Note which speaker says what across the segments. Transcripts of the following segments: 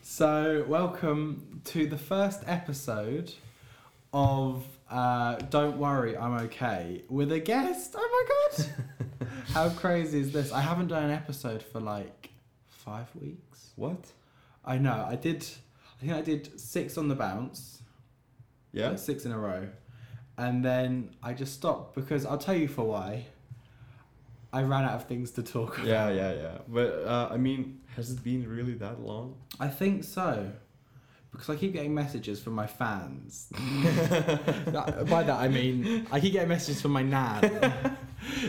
Speaker 1: So, welcome to the first episode of uh, Don't Worry, I'm Okay with a guest. Oh my god! How crazy is this? I haven't done an episode for like five weeks.
Speaker 2: What?
Speaker 1: I know, I did, I think I did six on the bounce,
Speaker 2: Yeah.
Speaker 1: like six in a row. And then I just stopped because I'll tell you for why. I ran out of things to talk about.
Speaker 2: Yeah, yeah, yeah. But uh, I mean, has it been really that long?
Speaker 1: I think so. Because I keep getting messages from my fans. That- by that I mean I keep getting messages from my nan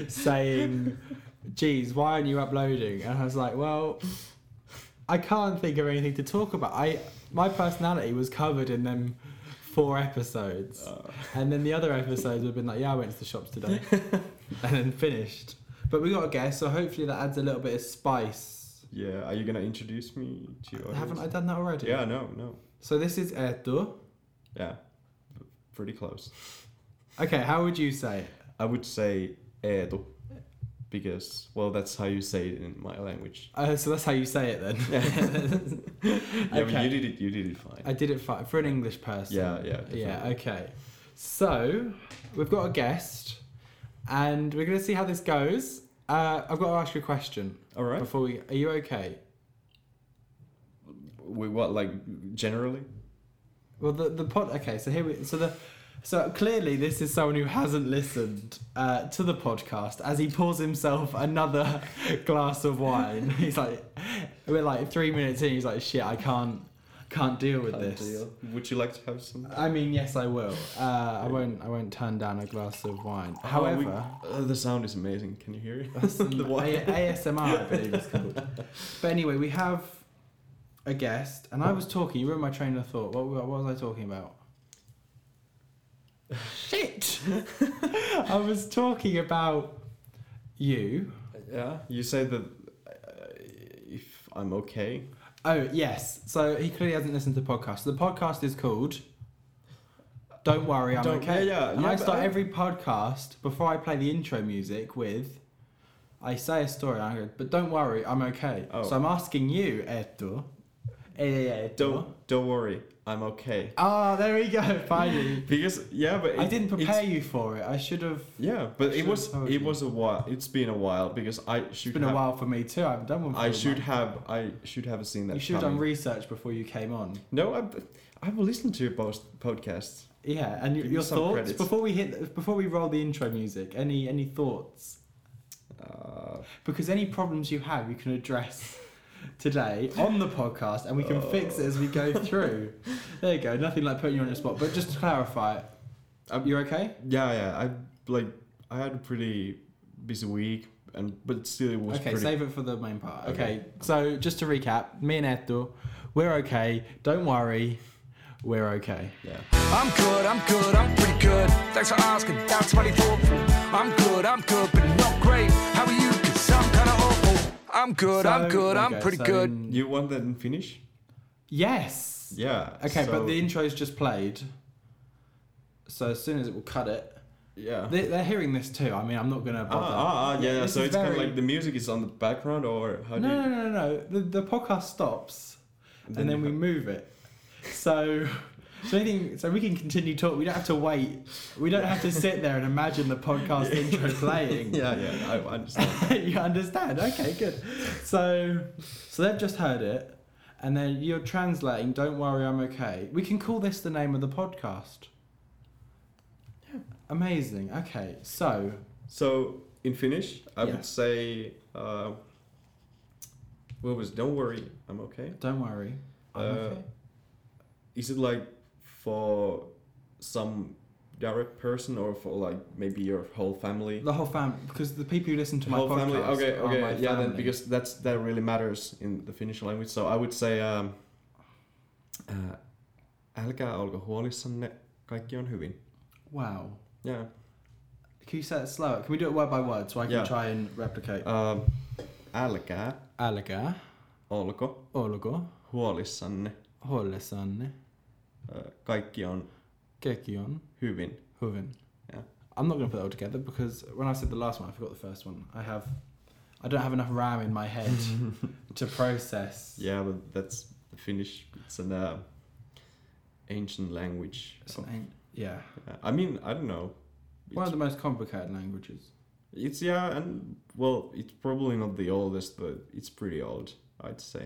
Speaker 1: saying, "Geez, why aren't you uploading?" And I was like, "Well, I can't think of anything to talk about. I my personality was covered in them four episodes,
Speaker 2: Uh,
Speaker 1: and then the other episodes would have been like, yeah, I went to the shops today, and then finished. But we got a guest, so hopefully that adds a little bit of spice.
Speaker 2: yeah. Are you gonna introduce me to your?
Speaker 1: Haven't I
Speaker 2: audience?
Speaker 1: done that already?
Speaker 2: Yeah. No. No.
Speaker 1: So this is Erdo.
Speaker 2: Yeah. P- Pretty close.
Speaker 1: Okay, how would you say it?
Speaker 2: I would say Edo, because well, that's how you say it in my language.
Speaker 1: Uh, so that's how you say it then.
Speaker 2: Yeah, but
Speaker 1: Okay.
Speaker 2: you did it. You did it fine.
Speaker 1: I did it for, for an English person.
Speaker 2: yeah. Yeah.
Speaker 1: Yeah,
Speaker 2: definitely.
Speaker 1: okay. So, we've got a guest, and we're going to see how this goes. Uh, I've got to ask you a question
Speaker 2: All right.
Speaker 1: before we. Are you okay?
Speaker 2: We what like generally?
Speaker 1: Well, the the pod. Okay, so here we. So the. So clearly, this is someone who hasn't listened uh, to the podcast. As he pours himself another glass of wine, he's like, "We're like three minutes in." He's like, "Shit, I can't, can't deal with this."
Speaker 2: Would you like to have some?
Speaker 1: I mean, yes, I will. Uh, I won't. I won't turn down a glass of wine.
Speaker 2: Oh, we-
Speaker 1: However,
Speaker 2: uh, the sound is amazing. Can you hear it?
Speaker 1: that's some
Speaker 2: The wine.
Speaker 1: A- ASMR, I believe it's called. But anyway, we have a guest, and I was talking. You ruined my train of thought. What, what was I talking about? Shit! I was talking about you.
Speaker 2: Yeah, you say that uh, if I'm okay.
Speaker 1: Oh yes. So he clearly hasn't listened to the podcast. So the podcast is called. Don't worry, I'm
Speaker 2: Don't-
Speaker 1: okay.
Speaker 2: yeah, yeah,
Speaker 1: and
Speaker 2: yeah,
Speaker 1: I
Speaker 2: but um,
Speaker 1: start
Speaker 2: I-
Speaker 1: every podcast before I play the intro music with. I say a story, and I go, but don't worry, I'm okay.
Speaker 2: Oh. Eh,
Speaker 1: So I'm asking you, Edo. Edo.
Speaker 2: Don't don't worry, I'm okay.
Speaker 1: Ah, there we go. Finally,
Speaker 2: Because yeah, but
Speaker 1: I
Speaker 2: it-
Speaker 1: didn't
Speaker 2: it's-
Speaker 1: prepare you for it. I should have.
Speaker 2: Yeah, but it
Speaker 1: Should've
Speaker 2: was
Speaker 1: told
Speaker 2: it
Speaker 1: you.
Speaker 2: was a while. It's been a while because I should
Speaker 1: It's been
Speaker 2: have,
Speaker 1: a while for me too. I haven't done one. For
Speaker 2: I
Speaker 1: a
Speaker 2: should
Speaker 1: month.
Speaker 2: have I should have seen that.
Speaker 1: You should have done
Speaker 2: coming.
Speaker 1: research before you came on.
Speaker 2: no, I've I've listened to your post- podcasts.
Speaker 1: Yeah, and your,
Speaker 2: Give
Speaker 1: your
Speaker 2: me some
Speaker 1: thoughts
Speaker 2: credits.
Speaker 1: before we hit before we roll the intro music. Any any thoughts?
Speaker 2: Uh,
Speaker 1: Because any problems you have, you can address today on the podcast, and we can fix it as we
Speaker 2: Oh.
Speaker 1: go through. there you go. Nothing like putting you on your spot. But just to clarify,
Speaker 2: Um,
Speaker 1: you're okay.
Speaker 2: yeah, yeah. I like I had a pretty busy week, and but still it was
Speaker 1: Okay,
Speaker 2: pretty.
Speaker 1: save it for the main part. Okay,
Speaker 2: Okay.
Speaker 1: so just to recap, me and Edo, we're okay. Don't worry, we're okay.
Speaker 2: yeah.
Speaker 3: I'm good, I'm good, I'm pretty good. Thanks for asking, down 24. I'm good, I'm good, but not great. How are you? Cause I'm kinda awful. I'm good,
Speaker 1: So,
Speaker 3: I'm good,
Speaker 1: there you
Speaker 3: I'm
Speaker 1: go.
Speaker 3: pretty
Speaker 1: So,
Speaker 3: good.
Speaker 1: mm,
Speaker 2: You want that in Finnish?
Speaker 1: Yes.
Speaker 2: Yeah.
Speaker 1: Okay,
Speaker 2: so-
Speaker 1: but the intro's just played. So as soon as it will cut it,
Speaker 2: yeah.
Speaker 1: they, they're hearing this too. I mean, I'm not gonna
Speaker 2: Ah,
Speaker 1: bother.
Speaker 2: ah, ah, yeah, yeah.
Speaker 1: This
Speaker 2: So
Speaker 1: is
Speaker 2: it's kind of
Speaker 1: very-
Speaker 2: like the music is on the background, or how do
Speaker 1: No, no,
Speaker 2: you?
Speaker 1: no, no, no. The, the podcast stops, and then,
Speaker 2: Then you
Speaker 1: we move it. So, so, anything, so we can continue talk. We don't have to wait. We don't have to sit there and imagine the podcast intro playing.
Speaker 2: Yeah, yeah, I understand.
Speaker 1: you understand? Okay, good. So, so they've just heard it, and then you're translating. Don't worry, I'm okay. We can call this the name of the podcast. Amazing. Okay, so
Speaker 2: so in Finnish, I
Speaker 1: Yeah.
Speaker 2: would say, uh, what was? Don't worry, I'm okay.
Speaker 1: don't worry. I'm
Speaker 2: Uh,
Speaker 1: okay.
Speaker 2: Is it like for some direct person, or for like maybe your whole family?
Speaker 1: The whole family, because the people who listen to my
Speaker 2: whole
Speaker 1: podcast
Speaker 2: family. Okay,
Speaker 1: are my
Speaker 2: okay, yeah. Then
Speaker 1: family.
Speaker 2: because that's that really matters in the Finnish language. So I would say, um, uh, älkää olko huolissanne, kaikki on hyvin.
Speaker 1: wow,
Speaker 2: Yeah.
Speaker 1: can you say it slower? Can we do it word by word so I can
Speaker 2: Yeah.
Speaker 1: try and replicate?
Speaker 2: Um, älkää
Speaker 1: Alga,
Speaker 2: olko
Speaker 1: olgo,
Speaker 2: huolissanne.
Speaker 1: huolesanne,
Speaker 2: Ö, Kaikki on
Speaker 1: kekion,
Speaker 2: hyvin.
Speaker 1: huvin.
Speaker 2: Yeah.
Speaker 1: I'm not going to put that all together because when I said the last one, I forgot the first one. I have, I don't have enough RAM in my head to process.
Speaker 2: Yeah, but that's the Finnish. It's an uh, ancient language.
Speaker 1: It's
Speaker 2: of-
Speaker 1: an an- yeah.
Speaker 2: yeah. I mean, I don't know.
Speaker 1: One
Speaker 2: It's,
Speaker 1: of the most complicated languages.
Speaker 2: it's yeah, and well, it's probably not the oldest, but it's pretty old, I'd say.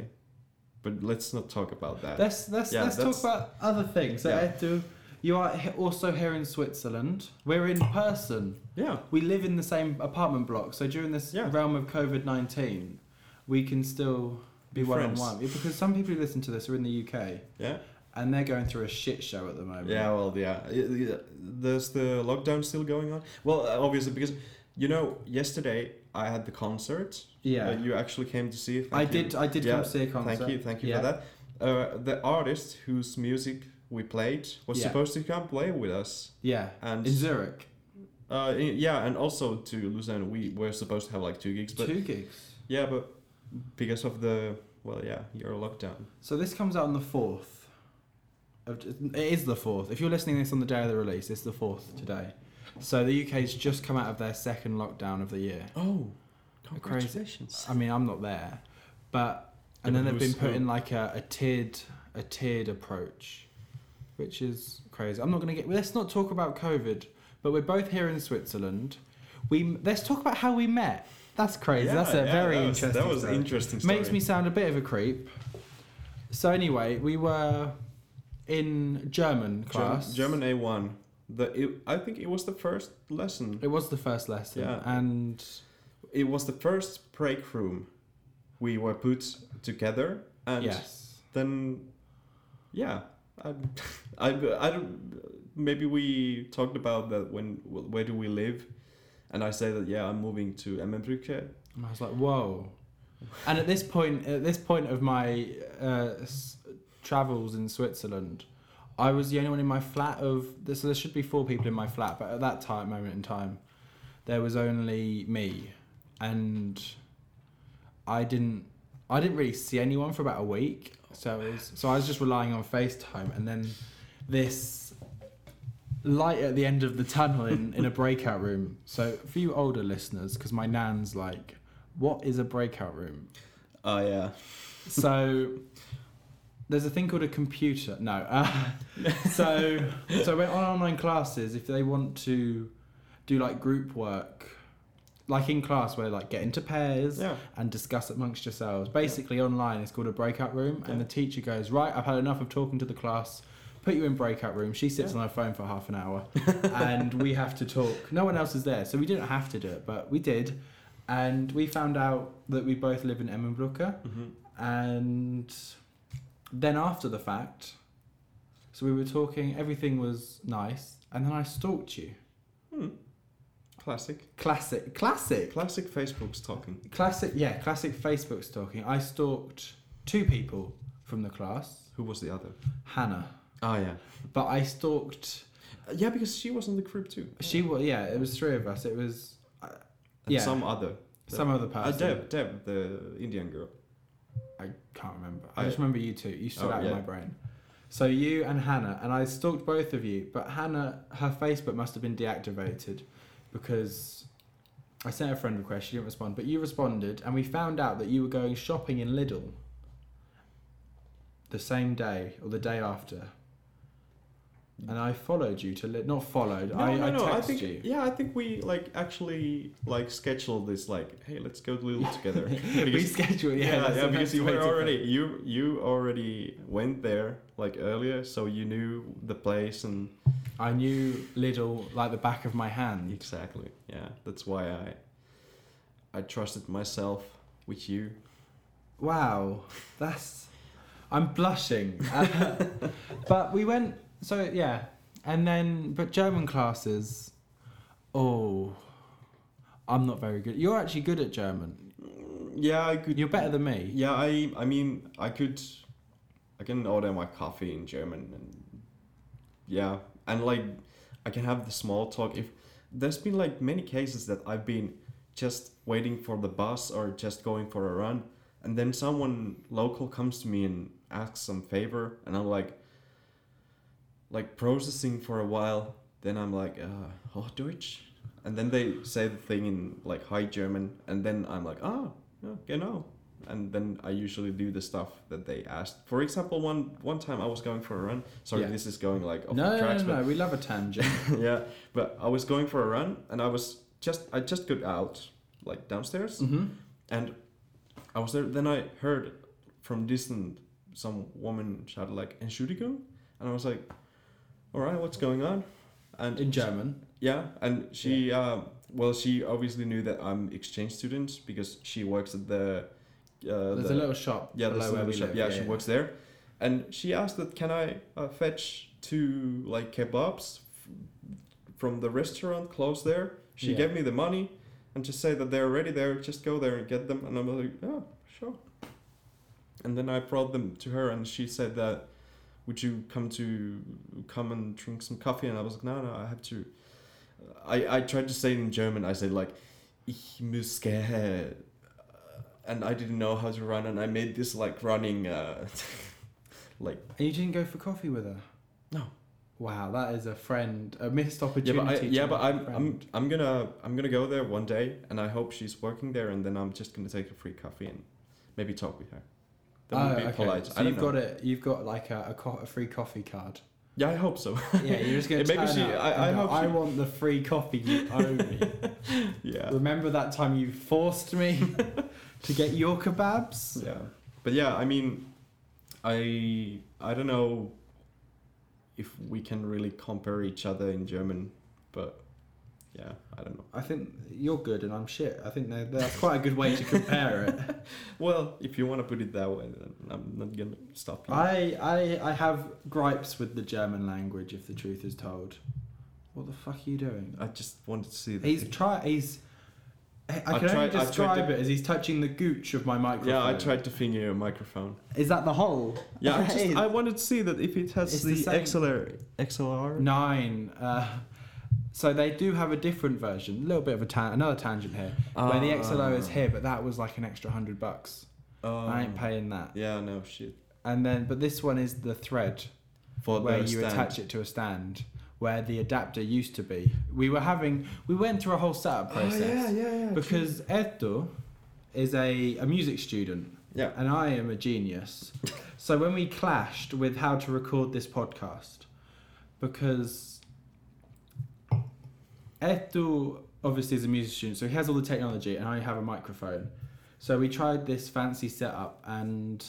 Speaker 2: But let's not talk about that.
Speaker 1: Let's let's
Speaker 2: Yeah,
Speaker 1: let's
Speaker 2: that's-
Speaker 1: talk about other things. So
Speaker 2: Yeah.
Speaker 1: Edu, you are he- also here in Switzerland. We're in person.
Speaker 2: yeah,
Speaker 1: We live in the same apartment block. So during this
Speaker 2: Yeah.
Speaker 1: realm of COVID nineteen, we can still be one
Speaker 2: Be
Speaker 1: on
Speaker 2: friends.
Speaker 1: one. Because some people who listen to this are in the UK
Speaker 2: yeah,
Speaker 1: and they're going through a shit show at the moment.
Speaker 2: yeah. Well, yeah. I- I- There's the lockdown still going on. Well, uh, obviously because you know, yesterday I had the concert.
Speaker 1: Yeah.
Speaker 2: that you actually came to see. Thank
Speaker 1: I
Speaker 2: you.
Speaker 1: did. I did
Speaker 2: Yeah,
Speaker 1: come see a concert.
Speaker 2: Thank you, thank you
Speaker 1: Yeah.
Speaker 2: for that. Uh, the artist whose music we played was
Speaker 1: Yeah.
Speaker 2: supposed to come play with us,
Speaker 1: Yeah,
Speaker 2: and
Speaker 1: in Zurich,
Speaker 2: uh, i- yeah, and also to Lucerne, we were supposed to have like two gigs, but
Speaker 1: two gigs.
Speaker 2: yeah, but because of the well, yeah, your lockdown,
Speaker 1: So this comes out on the fourth. It is the fourth. If you're listening to this on the day of the release, it's the fourth today. So the UK's just come out of their second lockdown of the year.
Speaker 2: oh,
Speaker 1: I mean, I'm not there, but and
Speaker 2: Yeah,
Speaker 1: then
Speaker 2: but
Speaker 1: they've
Speaker 2: who's
Speaker 1: been put
Speaker 2: who?
Speaker 1: in like a, a tiered a tiered approach, which is crazy. I'm not going to get. Let's not talk about COVID, but we're both here in Switzerland. We let's talk about how we met. That's crazy. That's a very
Speaker 2: that was,
Speaker 1: interesting.
Speaker 2: That was
Speaker 1: story.
Speaker 2: interesting. Story.
Speaker 1: Makes me sound a bit of a creep. So anyway, we were in German class.
Speaker 2: German A one. The it, I think it was the first lesson.
Speaker 1: It was the first lesson,
Speaker 2: Yeah.
Speaker 1: and
Speaker 2: It was the first break room. We were put together, and
Speaker 1: yes,
Speaker 2: then yeah I, I, I don't maybe we talked about that when where do we live and i say that yeah i'm moving to Emmenbrücke.
Speaker 1: And I was like, whoa. And at this point, at this point of my uh, s- travels in Switzerland, I was the only one in my flat of. So there should be four people in my flat, but at that time, moment in time, there was only me, and I didn't. I didn't really see anyone for about a week, so it was, so I was just relying on FaceTime, and then this light at the end of the tunnel in, in a breakout room. So for you older listeners, because my nan's like, what is a breakout room?
Speaker 2: oh yeah
Speaker 1: So there's a thing called a computer. No. Uh, so so when on online classes, if they want to do like group work, like in class where like get into pairs
Speaker 2: Yeah.
Speaker 1: and discuss amongst yourselves. Basically online it's called a breakout room and
Speaker 2: Yeah.
Speaker 1: the teacher goes, Right, I've had enough of talking to the class. Put you in breakout room. She sits
Speaker 2: Yeah.
Speaker 1: on her phone for half an hour, and we have to talk. No one else is there, so we didn't have to do it, but we did, and we found out that we both live in Emmenbrücke,
Speaker 2: mm-hmm.
Speaker 1: and then after the fact, so we were talking, everything was nice, and then I stalked you.
Speaker 2: classic
Speaker 1: Classic, classic,
Speaker 2: classic facebook's talking
Speaker 1: classic, yeah, classic Facebook stalking. I stalked two people from the class,
Speaker 2: who was the other
Speaker 1: Hannah,
Speaker 2: oh yeah
Speaker 1: but I stalked.
Speaker 2: Uh, yeah because she was in the group too
Speaker 1: She was, yeah, it was three of us. It was
Speaker 2: and
Speaker 1: Yeah.
Speaker 2: some other
Speaker 1: some other
Speaker 2: uh,
Speaker 1: person.
Speaker 2: deb deb the indian girl
Speaker 1: I can't remember. I
Speaker 2: I-
Speaker 1: just remember you two. You stood
Speaker 2: Oh,
Speaker 1: out in
Speaker 2: yeah.
Speaker 1: my brain. So you and Hannah, and I stalked both of you, but Hannah, her Facebook must have been deactivated because I sent her a friend request. She didn't respond, but you responded, and we found out that you were going shopping in Lidl the same day or the day after. And I followed you to Lidl. Not followed.
Speaker 2: no,
Speaker 1: I,
Speaker 2: no,
Speaker 1: I
Speaker 2: no.
Speaker 1: texted
Speaker 2: I think
Speaker 1: you.
Speaker 2: yeah, I think we like actually like scheduled this like, hey, let's go to Lidl together.
Speaker 1: we
Speaker 2: Because-
Speaker 1: scheduled. Yeah,
Speaker 2: yeah,
Speaker 1: that's
Speaker 2: yeah,
Speaker 1: the
Speaker 2: because
Speaker 1: best
Speaker 2: you
Speaker 1: way
Speaker 2: were
Speaker 1: to put
Speaker 2: already
Speaker 1: it.
Speaker 2: you you already went there like earlier, so you knew the place and
Speaker 1: I knew Lidl like the back of my hand.
Speaker 2: exactly. Yeah, that's why I I trusted myself with you.
Speaker 1: Wow, that's. I'm blushing. Uh, but we went, so yeah. And then, but German classes, oh, I'm not very good. You're actually good at German.
Speaker 2: Yeah, I could.
Speaker 1: You're better than me.
Speaker 2: Yeah, I I mean I could I can order my coffee in German and yeah, and like I can have the small talk if there's been like many cases that I've been just waiting for the bus or just going for a run and then someone local comes to me and asks some favor and I'm like like processing for a while then I'm like uh oh Deutsch and then they say the thing in like high German and then I'm like ah oh, yeah, genau and then I usually do the stuff that they asked. For example, one one time I was going for a run. Sorry,
Speaker 1: Yeah.
Speaker 2: this is going like off
Speaker 1: No,
Speaker 2: the
Speaker 1: no,
Speaker 2: tracks,
Speaker 1: no, no, we love a tangent.
Speaker 2: but yeah. But I was going for a run, and I was just I just got out like downstairs,
Speaker 1: hmm
Speaker 2: and I was there. Then I heard from distant some woman shouted like "Entschuldigung," and I was like, "All right, what's going on?" And
Speaker 1: In German.
Speaker 2: yeah, and she, uh, well, she obviously knew that I'm exchange students because she works at the. Uh,
Speaker 1: There's
Speaker 2: the,
Speaker 1: a little shop
Speaker 2: yeah,
Speaker 1: below
Speaker 2: there's
Speaker 1: where
Speaker 2: another
Speaker 1: we
Speaker 2: shop.
Speaker 1: live.
Speaker 2: Yeah, she works there, and she asked that can I uh, fetch two like kebabs f- from the restaurant close there. She
Speaker 1: Yeah.
Speaker 2: gave me the money, and just say that they're already there. Just go there and get them. And I'm like, yeah, sure. And then I brought them to her, and she said that, would you come to come and drink some coffee? And I was like, no, no, I have to. Uh, I I tried to say it in German. I said like, ich muss gehen and I didn't know how to run, and I made this like running, uh, like
Speaker 1: And you didn't go for coffee with her?
Speaker 2: No.
Speaker 1: Wow, that is a friend, a missed
Speaker 2: yeah,
Speaker 1: opportunity.
Speaker 2: but I,
Speaker 1: to
Speaker 2: yeah,
Speaker 1: make
Speaker 2: but
Speaker 1: a
Speaker 2: I'm I'm
Speaker 1: friend.
Speaker 2: I'm gonna I'm gonna go there one day, and I hope she's working there, and then I'm just gonna take a free coffee and maybe talk with her. That
Speaker 1: oh,
Speaker 2: would be
Speaker 1: okay.
Speaker 2: polite.
Speaker 1: So
Speaker 2: I don't
Speaker 1: you've
Speaker 2: know.
Speaker 1: got it. You've got like a, a, co- a free coffee card.
Speaker 2: Yeah, I hope so.
Speaker 1: Yeah, you're just gonna.
Speaker 2: And maybe
Speaker 1: turn
Speaker 2: she-
Speaker 1: up
Speaker 2: I-
Speaker 1: and
Speaker 2: I
Speaker 1: go,
Speaker 2: hope
Speaker 1: I
Speaker 2: she-
Speaker 1: want the free coffee you owe me.
Speaker 2: yeah,
Speaker 1: Remember that time you forced me to get your kebabs?
Speaker 2: yeah, but yeah, I mean, I I don't know if we can really compare each other in German, but yeah, I don't know.
Speaker 1: I think you're good and I'm shit. I think that- that's quite a good way to compare it.
Speaker 2: Well, if you want to put it that way, then I'm not gonna stop you.
Speaker 1: I, I I have gripes with the German language. If the truth is told, what the fuck are you doing?
Speaker 2: I just wanted to see that.
Speaker 1: He's try. He's. I, I
Speaker 2: I
Speaker 1: can
Speaker 2: tried- I
Speaker 1: only
Speaker 2: tried
Speaker 1: describe
Speaker 2: to-
Speaker 1: it as he's touching the gooch of my microphone.
Speaker 2: yeah, I tried to finger your microphone.
Speaker 1: Is that the hole?
Speaker 2: Yeah, I, just,
Speaker 1: Hey,
Speaker 2: I wanted to see that if it has
Speaker 1: It's
Speaker 2: the,
Speaker 1: the same-
Speaker 2: XLR. XLR.
Speaker 1: nine. Uh, so they do have a different version. A little bit of a tan- another tangent here, where the XLO is
Speaker 2: Ah.
Speaker 1: here, but that was like an extra hundred bucks.
Speaker 2: Oh.
Speaker 1: I ain't paying that.
Speaker 2: Yeah, no shit.
Speaker 1: And then, but this one is the thread.
Speaker 2: For
Speaker 1: where
Speaker 2: the
Speaker 1: you
Speaker 2: stand.
Speaker 1: attach it to a stand where the adapter used to be. We were having we went through a whole setup
Speaker 2: Oh,
Speaker 1: process
Speaker 2: yeah, yeah, yeah.
Speaker 1: because Edo is a, a music student
Speaker 2: Yeah.
Speaker 1: and I am a genius. so when we clashed with how to record this podcast, because Edo obviously is a music student, so he has all the technology and I have a microphone. So we tried this fancy setup and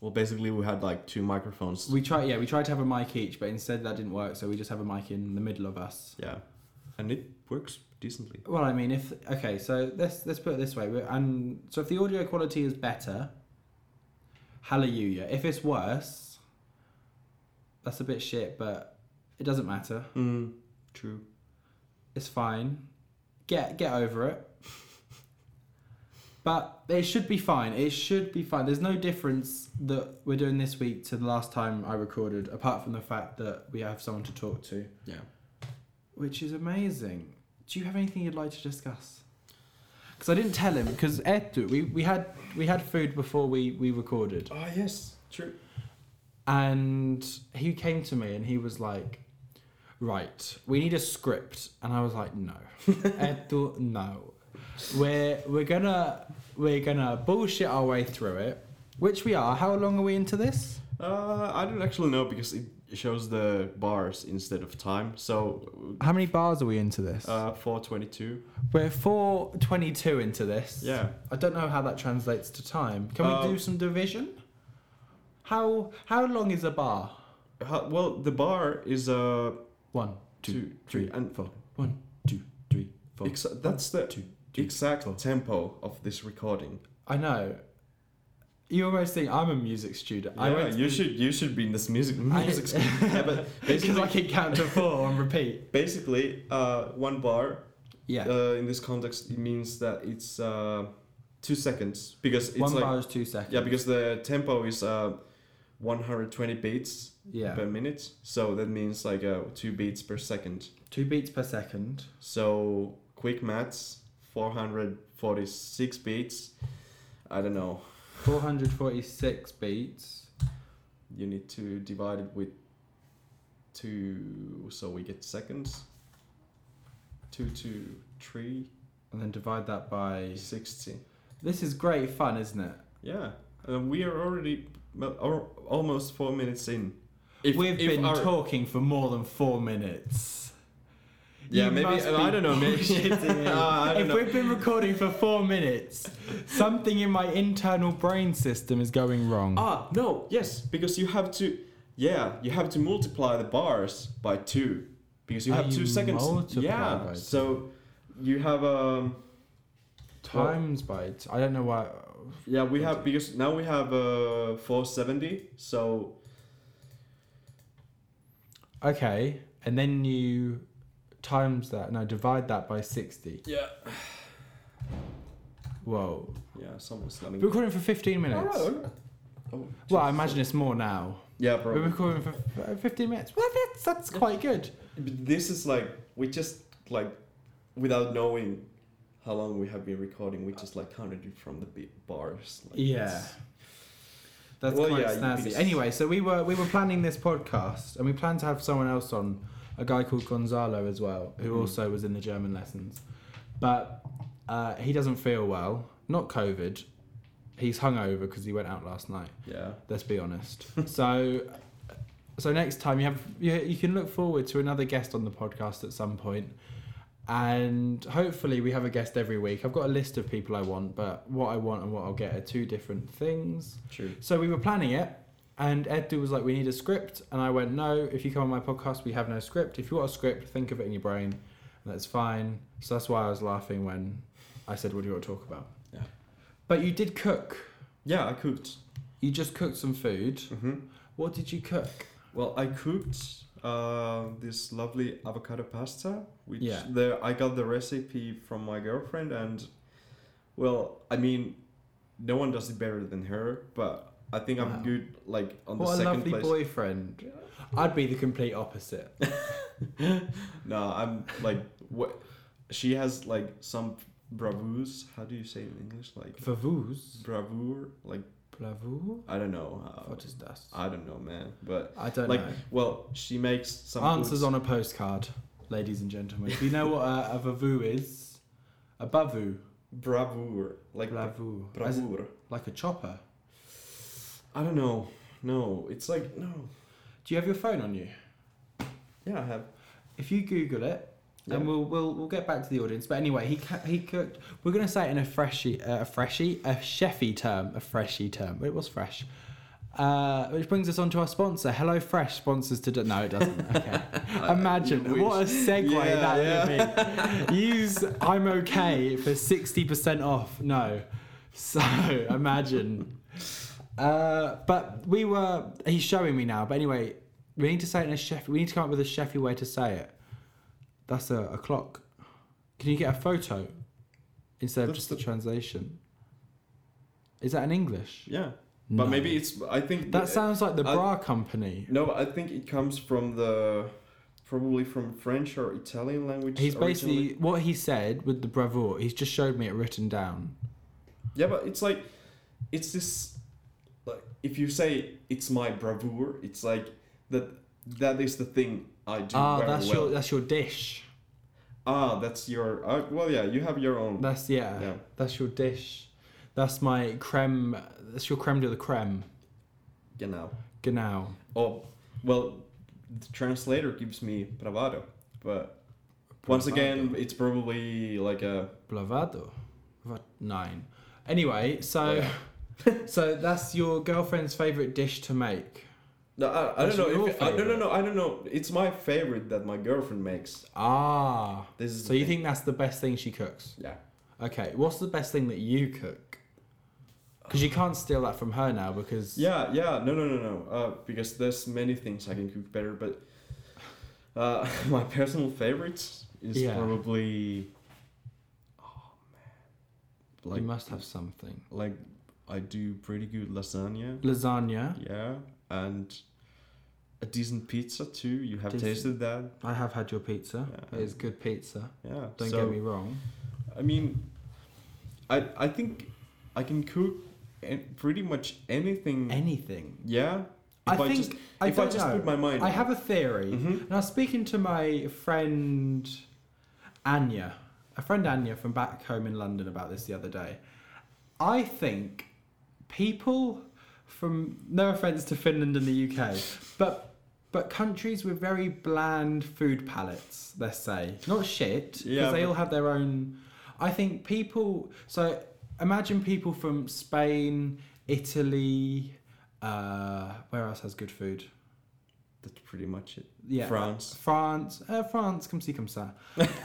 Speaker 2: Well, basically, we had like two microphones.
Speaker 1: we tried, yeah, we tried to have a mic each, but instead that didn't work, so we just have a mic in the middle of us.
Speaker 2: yeah, and it works decently.
Speaker 1: Well, I mean, if okay, so let's let's put it this way, We're, and so if the audio quality is better, hallelujah. If it's worse, that's a bit shit, but it doesn't matter.
Speaker 2: Mm, true.
Speaker 1: It's fine. Get get over it. But it should be fine. It should be fine. There's no difference that we're doing this week to the last time I recorded, apart from the fact that we have someone to talk to.
Speaker 2: Yeah.
Speaker 1: which is amazing. Do you have anything you'd like to discuss? Because I didn't tell him. Because Edu, we, we had we had food before we we recorded,
Speaker 2: Oh yes, true.
Speaker 1: and he came to me and he was like, "Right, we need a script," and I was like, "No, Edu, no, we're we're gonna we're gonna bullshit our way through it." Which we are. How long are we into this?
Speaker 2: Uh, I don't actually know because it shows the bars instead of time. So,
Speaker 1: How many bars are we into this?
Speaker 2: uh, four twenty-two.
Speaker 1: We're 422 into this.
Speaker 2: Yeah.
Speaker 1: I don't know how that translates to time. Can
Speaker 2: Uh,
Speaker 1: we do some division? How how long is a bar?
Speaker 2: How, well, the bar is uh
Speaker 1: One,
Speaker 2: two,
Speaker 1: three,
Speaker 2: three, and
Speaker 1: four. One, two, three, four.
Speaker 2: Exa- that's the
Speaker 1: two, three,
Speaker 2: exact
Speaker 1: four.
Speaker 2: tempo of this recording.
Speaker 1: I know. You almost think I'm a music student. I
Speaker 2: yeah,
Speaker 1: went
Speaker 2: you should you should be in this music
Speaker 1: I-
Speaker 2: music school. yeah, but
Speaker 1: because I
Speaker 2: basically,
Speaker 1: can count to four on repeat.
Speaker 2: basically, uh, one bar
Speaker 1: Yeah.
Speaker 2: uh, in this context it means that it's uh, two seconds because it's
Speaker 1: one
Speaker 2: like
Speaker 1: bar is two seconds.
Speaker 2: yeah because the tempo is uh, 120 beats
Speaker 1: Yeah.
Speaker 2: per minute, so that means like uh, two beats per second.
Speaker 1: Two beats per second.
Speaker 2: So quick maths, 446 beats. I don't know.
Speaker 1: Four hundred forty six beats.
Speaker 2: you need to divide it with two so we get seconds two two three
Speaker 1: And then divide that by
Speaker 2: sixty
Speaker 1: This is great fun, isn't it?
Speaker 2: Yeah, and we are already well, al- almost four minutes in. If,
Speaker 1: We've
Speaker 2: if
Speaker 1: been
Speaker 2: our-
Speaker 1: talking for more than four minutes.
Speaker 2: Yeah,
Speaker 1: You
Speaker 2: maybe
Speaker 1: must
Speaker 2: I
Speaker 1: be
Speaker 2: don't know. Maybe
Speaker 1: kidding me.
Speaker 2: Uh, I don't
Speaker 1: if
Speaker 2: know.
Speaker 1: we've been recording for four minutes, something in my internal brain system is going wrong.
Speaker 2: Ah, no, yes, because you have to. Yeah, you have to multiply the bars by two because you
Speaker 1: Ah,
Speaker 2: have
Speaker 1: you
Speaker 2: two seconds.
Speaker 1: multiply by
Speaker 2: Yeah,
Speaker 1: two.
Speaker 2: so you have um.
Speaker 1: Times by t- I don't know why.
Speaker 2: Yeah, we have because now we have uh 470. So
Speaker 1: Okay, and then you times that. No, divide that by sixty.
Speaker 2: yeah,
Speaker 1: Whoa,
Speaker 2: yeah, someone's slamming.
Speaker 1: we're recording for fifteen minutes.
Speaker 2: Oh,
Speaker 1: Well, I imagine it's more now.
Speaker 2: yeah,
Speaker 1: We're
Speaker 2: bro.
Speaker 1: recording for f- fifteen minutes. Well, that's that's quite good.
Speaker 2: But This is like we just like without knowing how long we have been recording, we just like counted it from the bi- bars. Like,
Speaker 1: Yeah.
Speaker 2: it's-
Speaker 1: That's
Speaker 2: Well,
Speaker 1: quite
Speaker 2: yeah, you
Speaker 1: snazzy.
Speaker 2: could-
Speaker 1: Anyway, so we were we were planning this podcast, and we planned to have someone else on, a guy called Gonzalo as well, who
Speaker 2: Mhm.
Speaker 1: also was in the German lessons, but uh, he doesn't feel well. Not COVID. He's hungover because he went out last night.
Speaker 2: Yeah.
Speaker 1: Let's be honest. so, so next time you have you, you can look forward to another guest on the podcast at some point, and hopefully we have a guest every week. I've got a list of people I want, but what I want and what I'll get are two different things.
Speaker 2: True.
Speaker 1: So we were planning it, and Edu was like, "We need a script," and I went, "No. If you come on my podcast, we have no script. If you want a script, think of it in your brain, and that's fine." So that's why I was laughing when I said, "What do you want to talk about?"
Speaker 2: Yeah.
Speaker 1: But you did cook.
Speaker 2: Yeah, I cooked.
Speaker 1: You just cooked some food.
Speaker 2: hmm
Speaker 1: What did you cook?
Speaker 2: Well, I cooked uh, this lovely avocado pasta, which
Speaker 1: Yeah.
Speaker 2: the I got the recipe from my girlfriend, and well, I mean, no one does it better than her, but I think
Speaker 1: Wow.
Speaker 2: I'm good like on the
Speaker 1: What a
Speaker 2: second
Speaker 1: lovely
Speaker 2: place.
Speaker 1: boyfriend. I'd be the complete opposite.
Speaker 2: No, I'm like what she has like some bravures. How do you say it in English? Like
Speaker 1: For vous,
Speaker 2: bravure, like
Speaker 1: bravo.
Speaker 2: I don't know. How,
Speaker 1: What is that?
Speaker 2: I don't know, man. But
Speaker 1: I don't
Speaker 2: like,
Speaker 1: know.
Speaker 2: well, she makes some
Speaker 1: Answers
Speaker 2: foods-
Speaker 1: on a postcard, ladies and gentlemen. If you know what a, a vavu is, a bavu,
Speaker 2: bravure, like
Speaker 1: blavu, as in-
Speaker 2: bravure.
Speaker 1: like a chopper.
Speaker 2: I don't know. No, it's like no.
Speaker 1: Do you have your phone on you?
Speaker 2: Yeah, I have.
Speaker 1: If you Google it, and
Speaker 2: Yeah.
Speaker 1: we'll, we'll we'll get back to the audience. But anyway, he ca- he cooked. We're gonna say it in a freshie, uh, a freshie, a chefy term, a freshie term. It was fresh. Uh, which brings us on to our sponsor, Hello Fresh sponsors to no, it doesn't. Okay. Imagine
Speaker 2: wish.
Speaker 1: what a segue
Speaker 2: Yeah,
Speaker 1: that would be. Use I'm okay for sixty percent off. No, so imagine. Uh, but we were. He's showing me now. But anyway, we need to say it in a chef. We need to come up with a chefy way to say it. That's a, a clock. Can you get a photo instead of
Speaker 2: That's
Speaker 1: just
Speaker 2: the-
Speaker 1: a translation? Is that in English?
Speaker 2: Yeah, but
Speaker 1: No.
Speaker 2: maybe it's. I think
Speaker 1: that sounds like the
Speaker 2: I-
Speaker 1: bra company.
Speaker 2: No, I think it comes from the probably from French or Italian language.
Speaker 1: He's basically
Speaker 2: originally.
Speaker 1: what he said with the bravoure. He's just showed me it written down.
Speaker 2: yeah, but it's like it's this like if you say it's my bravure, it's like that that is the thing I do
Speaker 1: Ah,
Speaker 2: very
Speaker 1: that's
Speaker 2: well.
Speaker 1: your that's your dish.
Speaker 2: Ah, that's your uh, well, yeah, you have your own.
Speaker 1: That's yeah,
Speaker 2: Yeah.
Speaker 1: That's your dish. That's my creme. That's your creme de la creme.
Speaker 2: Genau.
Speaker 1: Genau.
Speaker 2: Oh, well, the translator gives me bravado, but once again, it's probably like a
Speaker 1: Blavado. What nine? Anyway, so so that's your girlfriend's favorite dish to make.
Speaker 2: no. I, I
Speaker 1: That's
Speaker 2: don't know.
Speaker 1: your
Speaker 2: If, I, no, no,
Speaker 1: favorite.
Speaker 2: no. I don't know. It's my favorite that my girlfriend makes.
Speaker 1: Ah.
Speaker 2: This is
Speaker 1: So
Speaker 2: the
Speaker 1: you
Speaker 2: thing.
Speaker 1: think that's the best thing she cooks?
Speaker 2: Yeah.
Speaker 1: Okay. What's the best thing that you cook? Because you can't steal that from her now. Because
Speaker 2: Yeah, yeah, no, no, no, no. Uh, because there's many things I can cook better, but uh, my personal favorite is
Speaker 1: Yeah.
Speaker 2: probably. Oh
Speaker 1: you
Speaker 2: man! Like,
Speaker 1: must have something.
Speaker 2: like I do pretty good lasagna.
Speaker 1: Mm. Lasagna.
Speaker 2: Yeah, and a decent pizza too. You have
Speaker 1: Decent.
Speaker 2: tasted that.
Speaker 1: I have had your pizza.
Speaker 2: Yeah.
Speaker 1: It is good pizza.
Speaker 2: Yeah.
Speaker 1: Don't
Speaker 2: so,
Speaker 1: get me wrong.
Speaker 2: I mean, I I think I can cook an- pretty much anything.
Speaker 1: Anything.
Speaker 2: yeah.
Speaker 1: I
Speaker 2: If I,
Speaker 1: think
Speaker 2: just
Speaker 1: I
Speaker 2: if I
Speaker 1: don't
Speaker 2: just
Speaker 1: know.
Speaker 2: put my mind.
Speaker 1: I
Speaker 2: on it. Mm-hmm.
Speaker 1: have a theory. And I was speaking to my friend Anya, a friend Anya from back home in London about this the other day. I think people from no offense to Finland and the UK, but but countries with very bland food palates, let's say, not shit, because
Speaker 2: Yeah,
Speaker 1: they
Speaker 2: but-
Speaker 1: all have their own. I think people. So imagine people from Spain, Italy. Uh, where else has good food?
Speaker 2: That's pretty much it.
Speaker 1: Yeah,
Speaker 2: France.
Speaker 1: France, uh, France, come see, come sir.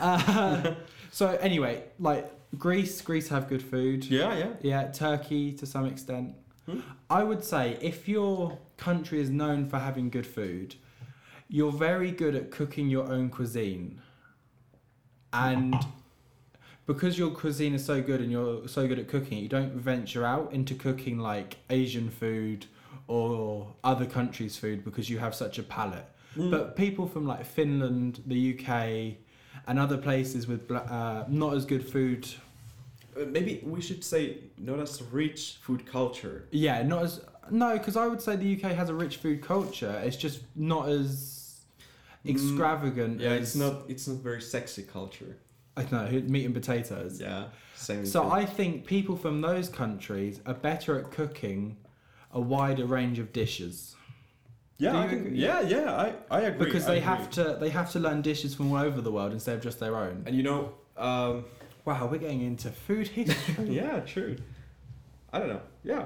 Speaker 1: uh, so anyway, like Greece, Greece have good food.
Speaker 2: Yeah, yeah.
Speaker 1: Yeah, Turkey to some extent.
Speaker 2: Hmm.
Speaker 1: I would say if your country is known for having good food, you're very good at cooking your own cuisine. And because your cuisine is so good and you're so good at cooking it, you don't venture out into cooking like Asian food or other countries' food because you have such a palate. But people from like Finland, the UK, and other places with bla- uh, not as good food
Speaker 2: Uh, Maybe we should say not as rich food culture.
Speaker 1: Yeah, not as no, because I would say the UK has a rich food culture. It's just not as extravagant.
Speaker 2: Mm, Yeah,
Speaker 1: as,
Speaker 2: it's not it's not very sexy culture.
Speaker 1: I don't know who- meat and potatoes.
Speaker 2: Yeah, same.
Speaker 1: So
Speaker 2: thing.
Speaker 1: I think people from those countries are better at cooking a wider range of dishes do
Speaker 2: yeah, I
Speaker 1: you
Speaker 2: can-
Speaker 1: agree?
Speaker 2: yeah, yeah. I I agree.
Speaker 1: because
Speaker 2: I
Speaker 1: they have
Speaker 2: agree.
Speaker 1: to they have to learn dishes from all over the world instead of just their own.
Speaker 2: And you know, um,
Speaker 1: Wow, we're getting into food history.
Speaker 2: yeah, true. I don't know. Yeah,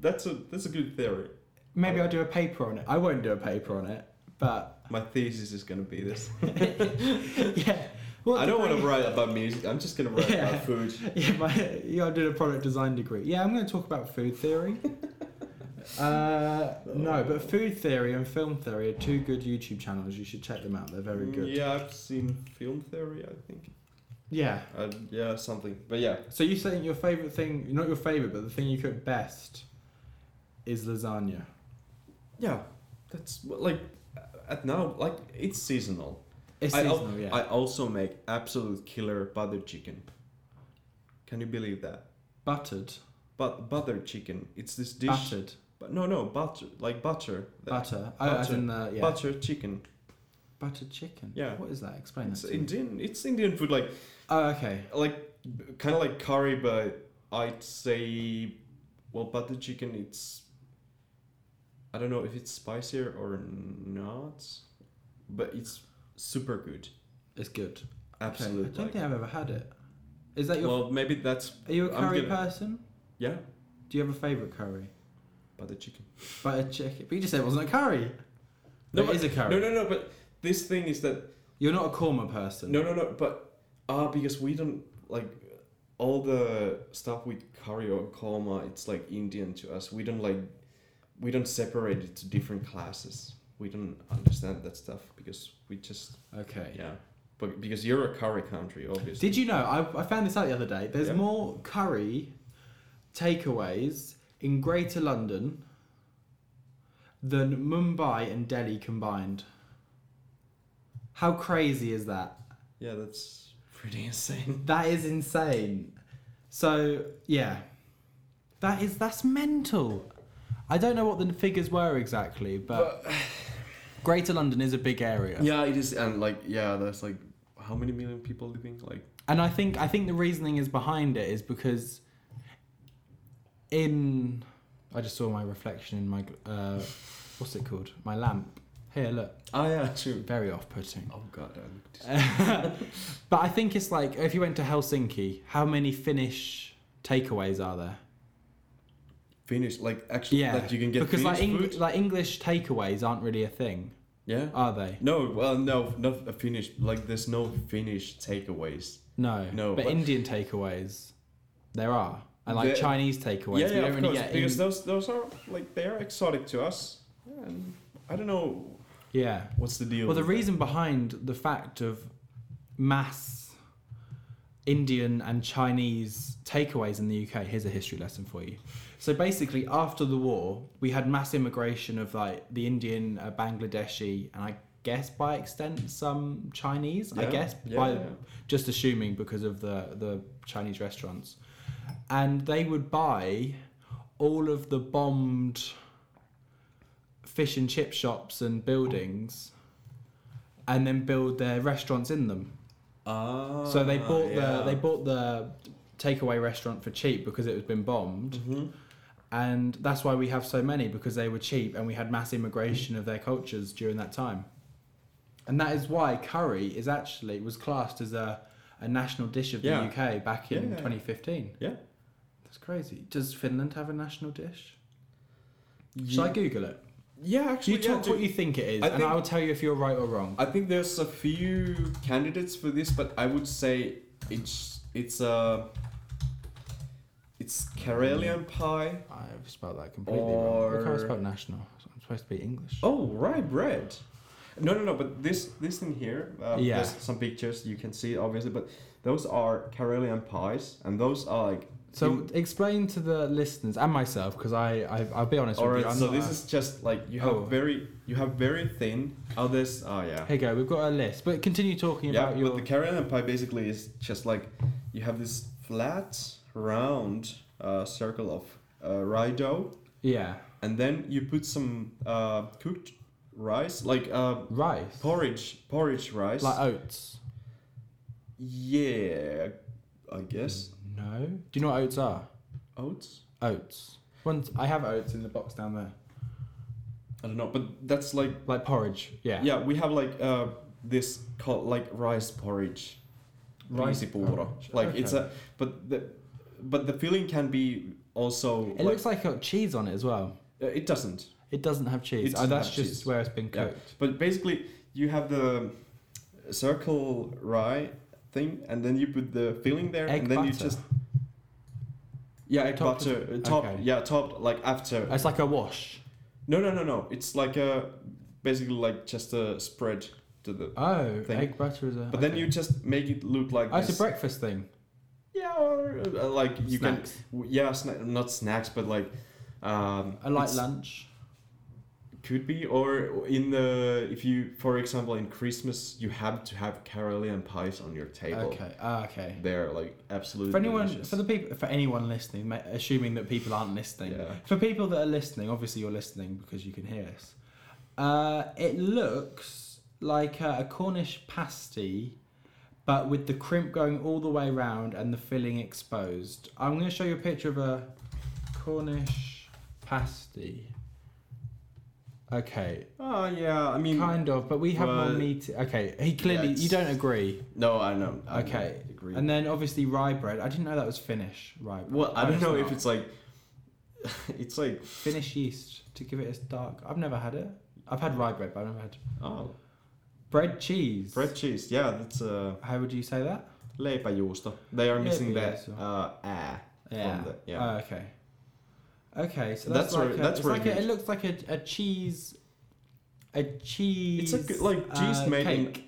Speaker 2: that's a that's a good theory.
Speaker 1: Maybe I'll do a paper on it. I won't do a paper on it, but
Speaker 2: My thesis is gonna be this.
Speaker 1: yeah. What
Speaker 2: I
Speaker 1: do
Speaker 2: don't want
Speaker 1: we-
Speaker 2: to write about music. I'm just gonna write
Speaker 1: Yeah.
Speaker 2: about food.
Speaker 1: Yeah, my, yeah, I did a product design degree. Yeah, I'm going to talk about food theory. uh, no, but food theory and film theory are two good YouTube channels. You should check them out. They're very good. Yeah.
Speaker 2: Yeah, I've seen film theory. I think. Uh, yeah, something. But yeah,
Speaker 1: So you saying your favorite thing, not your favorite, but the thing you cook best is lasagna.
Speaker 2: yeah, that's like at now like it's seasonal.
Speaker 1: It's
Speaker 2: I al-
Speaker 1: seasonal, yeah.
Speaker 2: I also make absolute killer buttered chicken. Can you believe that?
Speaker 1: buttered,
Speaker 2: But buttered chicken. It's this dish.
Speaker 1: buttered,
Speaker 2: But no, no, butter like butter. The-
Speaker 1: butter. Oh, as
Speaker 2: butter.
Speaker 1: in the yeah,
Speaker 2: Butter chicken.
Speaker 1: buttered chicken.
Speaker 2: Yeah.
Speaker 1: What is that? Explain
Speaker 2: It's
Speaker 1: that to me.
Speaker 2: Indian. It's Indian food, like
Speaker 1: Oh, okay.
Speaker 2: like kind of like curry, but I'd say, well, butter chicken. It's I don't know if it's spicier or not, but it's super good.
Speaker 1: It's good. Okay.
Speaker 2: Absolutely.
Speaker 1: I don't think I've ever had it. Is that your?
Speaker 2: well, maybe that's
Speaker 1: are you a
Speaker 2: I'm
Speaker 1: curry
Speaker 2: gonna-
Speaker 1: person?
Speaker 2: yeah,
Speaker 1: Do you have a favourite curry?
Speaker 2: butter chicken.
Speaker 1: Butter chicken. But you just said it wasn't a curry. No,
Speaker 2: but-
Speaker 1: it is a curry.
Speaker 2: No, no, no. But this thing is that
Speaker 1: You're not a korma person.
Speaker 2: No, no, no. But ah, because we don't like all the stuff with curry or korma. It's like Indian to us. We don't like we don't separate it to different classes. We don't understand that stuff because we just
Speaker 1: Okay.
Speaker 2: yeah. But because you're a curry country, obviously.
Speaker 1: Did you know? I, I found this out the other day. There's
Speaker 2: Yeah.
Speaker 1: more curry takeaways in Greater London than Mumbai and Delhi combined. How crazy is that?
Speaker 2: Yeah, that's pretty insane.
Speaker 1: That is insane. So yeah, that is that's mental. I don't know what the figures were exactly, but, Greater London is a big area.
Speaker 2: Yeah, it is, and like yeah, that's like how many million people living? Like
Speaker 1: and I think I think the reasoning is behind it is because in I just saw my reflection in my gl- uh, what's it called my lamp here look
Speaker 2: oh yeah, true.
Speaker 1: very off putting
Speaker 2: Oh god, I looked.
Speaker 1: but I think it's like if you went to Helsinki how many Finnish takeaways are there
Speaker 2: Finnish, like actually,
Speaker 1: yeah
Speaker 2: like you can get
Speaker 1: because like,
Speaker 2: Finnish
Speaker 1: Eng-
Speaker 2: food.
Speaker 1: like English takeaways aren't really a thing
Speaker 2: yeah.
Speaker 1: are they
Speaker 2: No, well, no, not a Finnish. Like, there's no Finnish takeaways.
Speaker 1: no
Speaker 2: No,
Speaker 1: but,
Speaker 2: but-
Speaker 1: Indian takeaways there are and like
Speaker 2: There-
Speaker 1: Chinese takeaways we don't really get
Speaker 2: because
Speaker 1: in-
Speaker 2: those those are like they are exotic to us. And I don't know
Speaker 1: yeah
Speaker 2: what's the deal.
Speaker 1: Well, the
Speaker 2: with
Speaker 1: reason behind the fact of mass Indian and Chinese takeaways in the UK, here's a history lesson for you. So basically, after the war, we had mass immigration of like the Indian, uh, Bangladeshi, and I guess by extent some Chinese. I
Speaker 2: Yeah,
Speaker 1: guess
Speaker 2: yeah,
Speaker 1: by
Speaker 2: yeah.
Speaker 1: just assuming because of the the Chinese restaurants, and they would buy all of the bombed fish and chip shops and buildings and then build their restaurants in them.
Speaker 2: that. Ah,
Speaker 1: so they bought
Speaker 2: yeah.
Speaker 1: the they bought the takeaway restaurant for cheap because it had been bombed.
Speaker 2: Mm-hmm.
Speaker 1: And that's why we have so many because they were cheap and we had mass immigration of their cultures during that time. And that is why curry is actually was classed as a, a national dish of the
Speaker 2: Yeah.
Speaker 1: UK back in
Speaker 2: Yeah.
Speaker 1: 2015.
Speaker 2: Yeah.
Speaker 1: That's crazy. Does Finland have a national dish? Should
Speaker 2: Yeah,
Speaker 1: I Google it?
Speaker 2: yeah actually,
Speaker 1: You
Speaker 2: yeah,
Speaker 1: talk
Speaker 2: do-
Speaker 1: what you think it is,
Speaker 2: I
Speaker 1: and
Speaker 2: think-
Speaker 1: I will tell you if you're right or wrong.
Speaker 2: I think there's a few candidates for this, but I would say it's it's uh, it's Karelian pie.
Speaker 1: I've spelled that completely wrong. Look how I
Speaker 2: Or-
Speaker 1: spelled national. I'm supposed to be English.
Speaker 2: Oh, rye bread. No, no, no. But this this thing here, uh,
Speaker 1: Yeah.
Speaker 2: there's some pictures you can see obviously, but those are Karelian pies, and those are like
Speaker 1: So
Speaker 2: in-
Speaker 1: explain to the listeners and myself, because I, I I'll be honest
Speaker 2: all
Speaker 1: with you.
Speaker 2: right.
Speaker 1: I'm
Speaker 2: So
Speaker 1: not
Speaker 2: this
Speaker 1: a-
Speaker 2: is just like you have
Speaker 1: Oh.
Speaker 2: very you have very thin others. Oh yeah.
Speaker 1: Here you go. We've got a list, but continue talking
Speaker 2: Yeah,
Speaker 1: about your.
Speaker 2: but the Carolina pie basically is just like you have this flat, round uh, circle of uh, rye dough,
Speaker 1: yeah,
Speaker 2: and then you put some uh, cooked rice, like uh,
Speaker 1: rice,
Speaker 2: porridge, porridge rice.
Speaker 1: like oats.
Speaker 2: yeah, I guess
Speaker 1: No. Do you know what oats are?
Speaker 2: oats.
Speaker 1: Oats. Once I have oats in the box down there,
Speaker 2: I don't know, but that's like
Speaker 1: like porridge. Yeah.
Speaker 2: yeah, we have like uh, this called like rice porridge,
Speaker 1: Rice
Speaker 2: riisipuuro.
Speaker 1: porridge,
Speaker 2: Like it's
Speaker 1: okay.
Speaker 2: a but the but the filling can be also
Speaker 1: It looks like it's got cheese on it as well.
Speaker 2: uh, it doesn't.
Speaker 1: It doesn't have cheese.
Speaker 2: It
Speaker 1: Oh,
Speaker 2: doesn't
Speaker 1: that's
Speaker 2: have
Speaker 1: just
Speaker 2: cheese.
Speaker 1: where it's been
Speaker 2: Yeah.
Speaker 1: cooked.
Speaker 2: But basically, you have the circle rye thing, and then you put the filling there,
Speaker 1: Egg
Speaker 2: and then you
Speaker 1: butter.
Speaker 2: just yeah, egg
Speaker 1: Topped
Speaker 2: butter,
Speaker 1: with-
Speaker 2: uh, top
Speaker 1: okay.
Speaker 2: yeah, topped like after.
Speaker 1: It's like a wash.
Speaker 2: no, no, no, no. It's like a basically like just a spread to the.
Speaker 1: Oh,
Speaker 2: Thing.
Speaker 1: egg butter is a.
Speaker 2: But then
Speaker 1: okay.
Speaker 2: you just make it look like
Speaker 1: Oh, it's
Speaker 2: this.
Speaker 1: a breakfast thing.
Speaker 2: yeah, or uh, like you
Speaker 1: Snacks.
Speaker 2: can yeah, sna- not snacks, but like um,
Speaker 1: A light
Speaker 2: it's-
Speaker 1: lunch.
Speaker 2: could be or in the if you for example in christmas you have to have carolian pies on your table
Speaker 1: Okay. Ah, okay.
Speaker 2: they're like absolutely
Speaker 1: For anyone,
Speaker 2: delicious.
Speaker 1: for the people, for anyone listening, ma- assuming that people aren't listening,
Speaker 2: Yeah.
Speaker 1: for people that are listening, obviously you're listening because you can hear us. Uh, it looks like a, a Cornish pasty, but with the crimp going all the way round and the filling exposed. I'm going to show you a picture of a Cornish pasty. Okay,
Speaker 2: oh yeah i mean
Speaker 1: kind of, but we have more
Speaker 2: Well,
Speaker 1: meat. Okay, he clearly
Speaker 2: it's-
Speaker 1: you don't agree.
Speaker 2: no i know I
Speaker 1: Okay.
Speaker 2: agree.
Speaker 1: And then obviously rye bread. I didn't know that was Finnish rye bread.
Speaker 2: well i
Speaker 1: No,
Speaker 2: don't know
Speaker 1: not.
Speaker 2: if it's like it's like
Speaker 1: Finnish yeast to give it its dark. I've never had it. I've had rye bread, but I've never had
Speaker 2: oh
Speaker 1: bread cheese.
Speaker 2: bread cheese yeah that's uh
Speaker 1: How would you say that?
Speaker 2: leipäjuusto they are missing that
Speaker 1: Leipäjuusto.
Speaker 2: uh ah from the, yeah
Speaker 1: Oh, okay. Okay, so that's,
Speaker 2: That's
Speaker 1: like
Speaker 2: where-
Speaker 1: a,
Speaker 2: that's
Speaker 1: it's
Speaker 2: where
Speaker 1: like
Speaker 2: it
Speaker 1: a, it
Speaker 2: is.
Speaker 1: looks like a, a cheese, a cheese.
Speaker 2: it's like like cheese
Speaker 1: uh,
Speaker 2: made
Speaker 1: cake.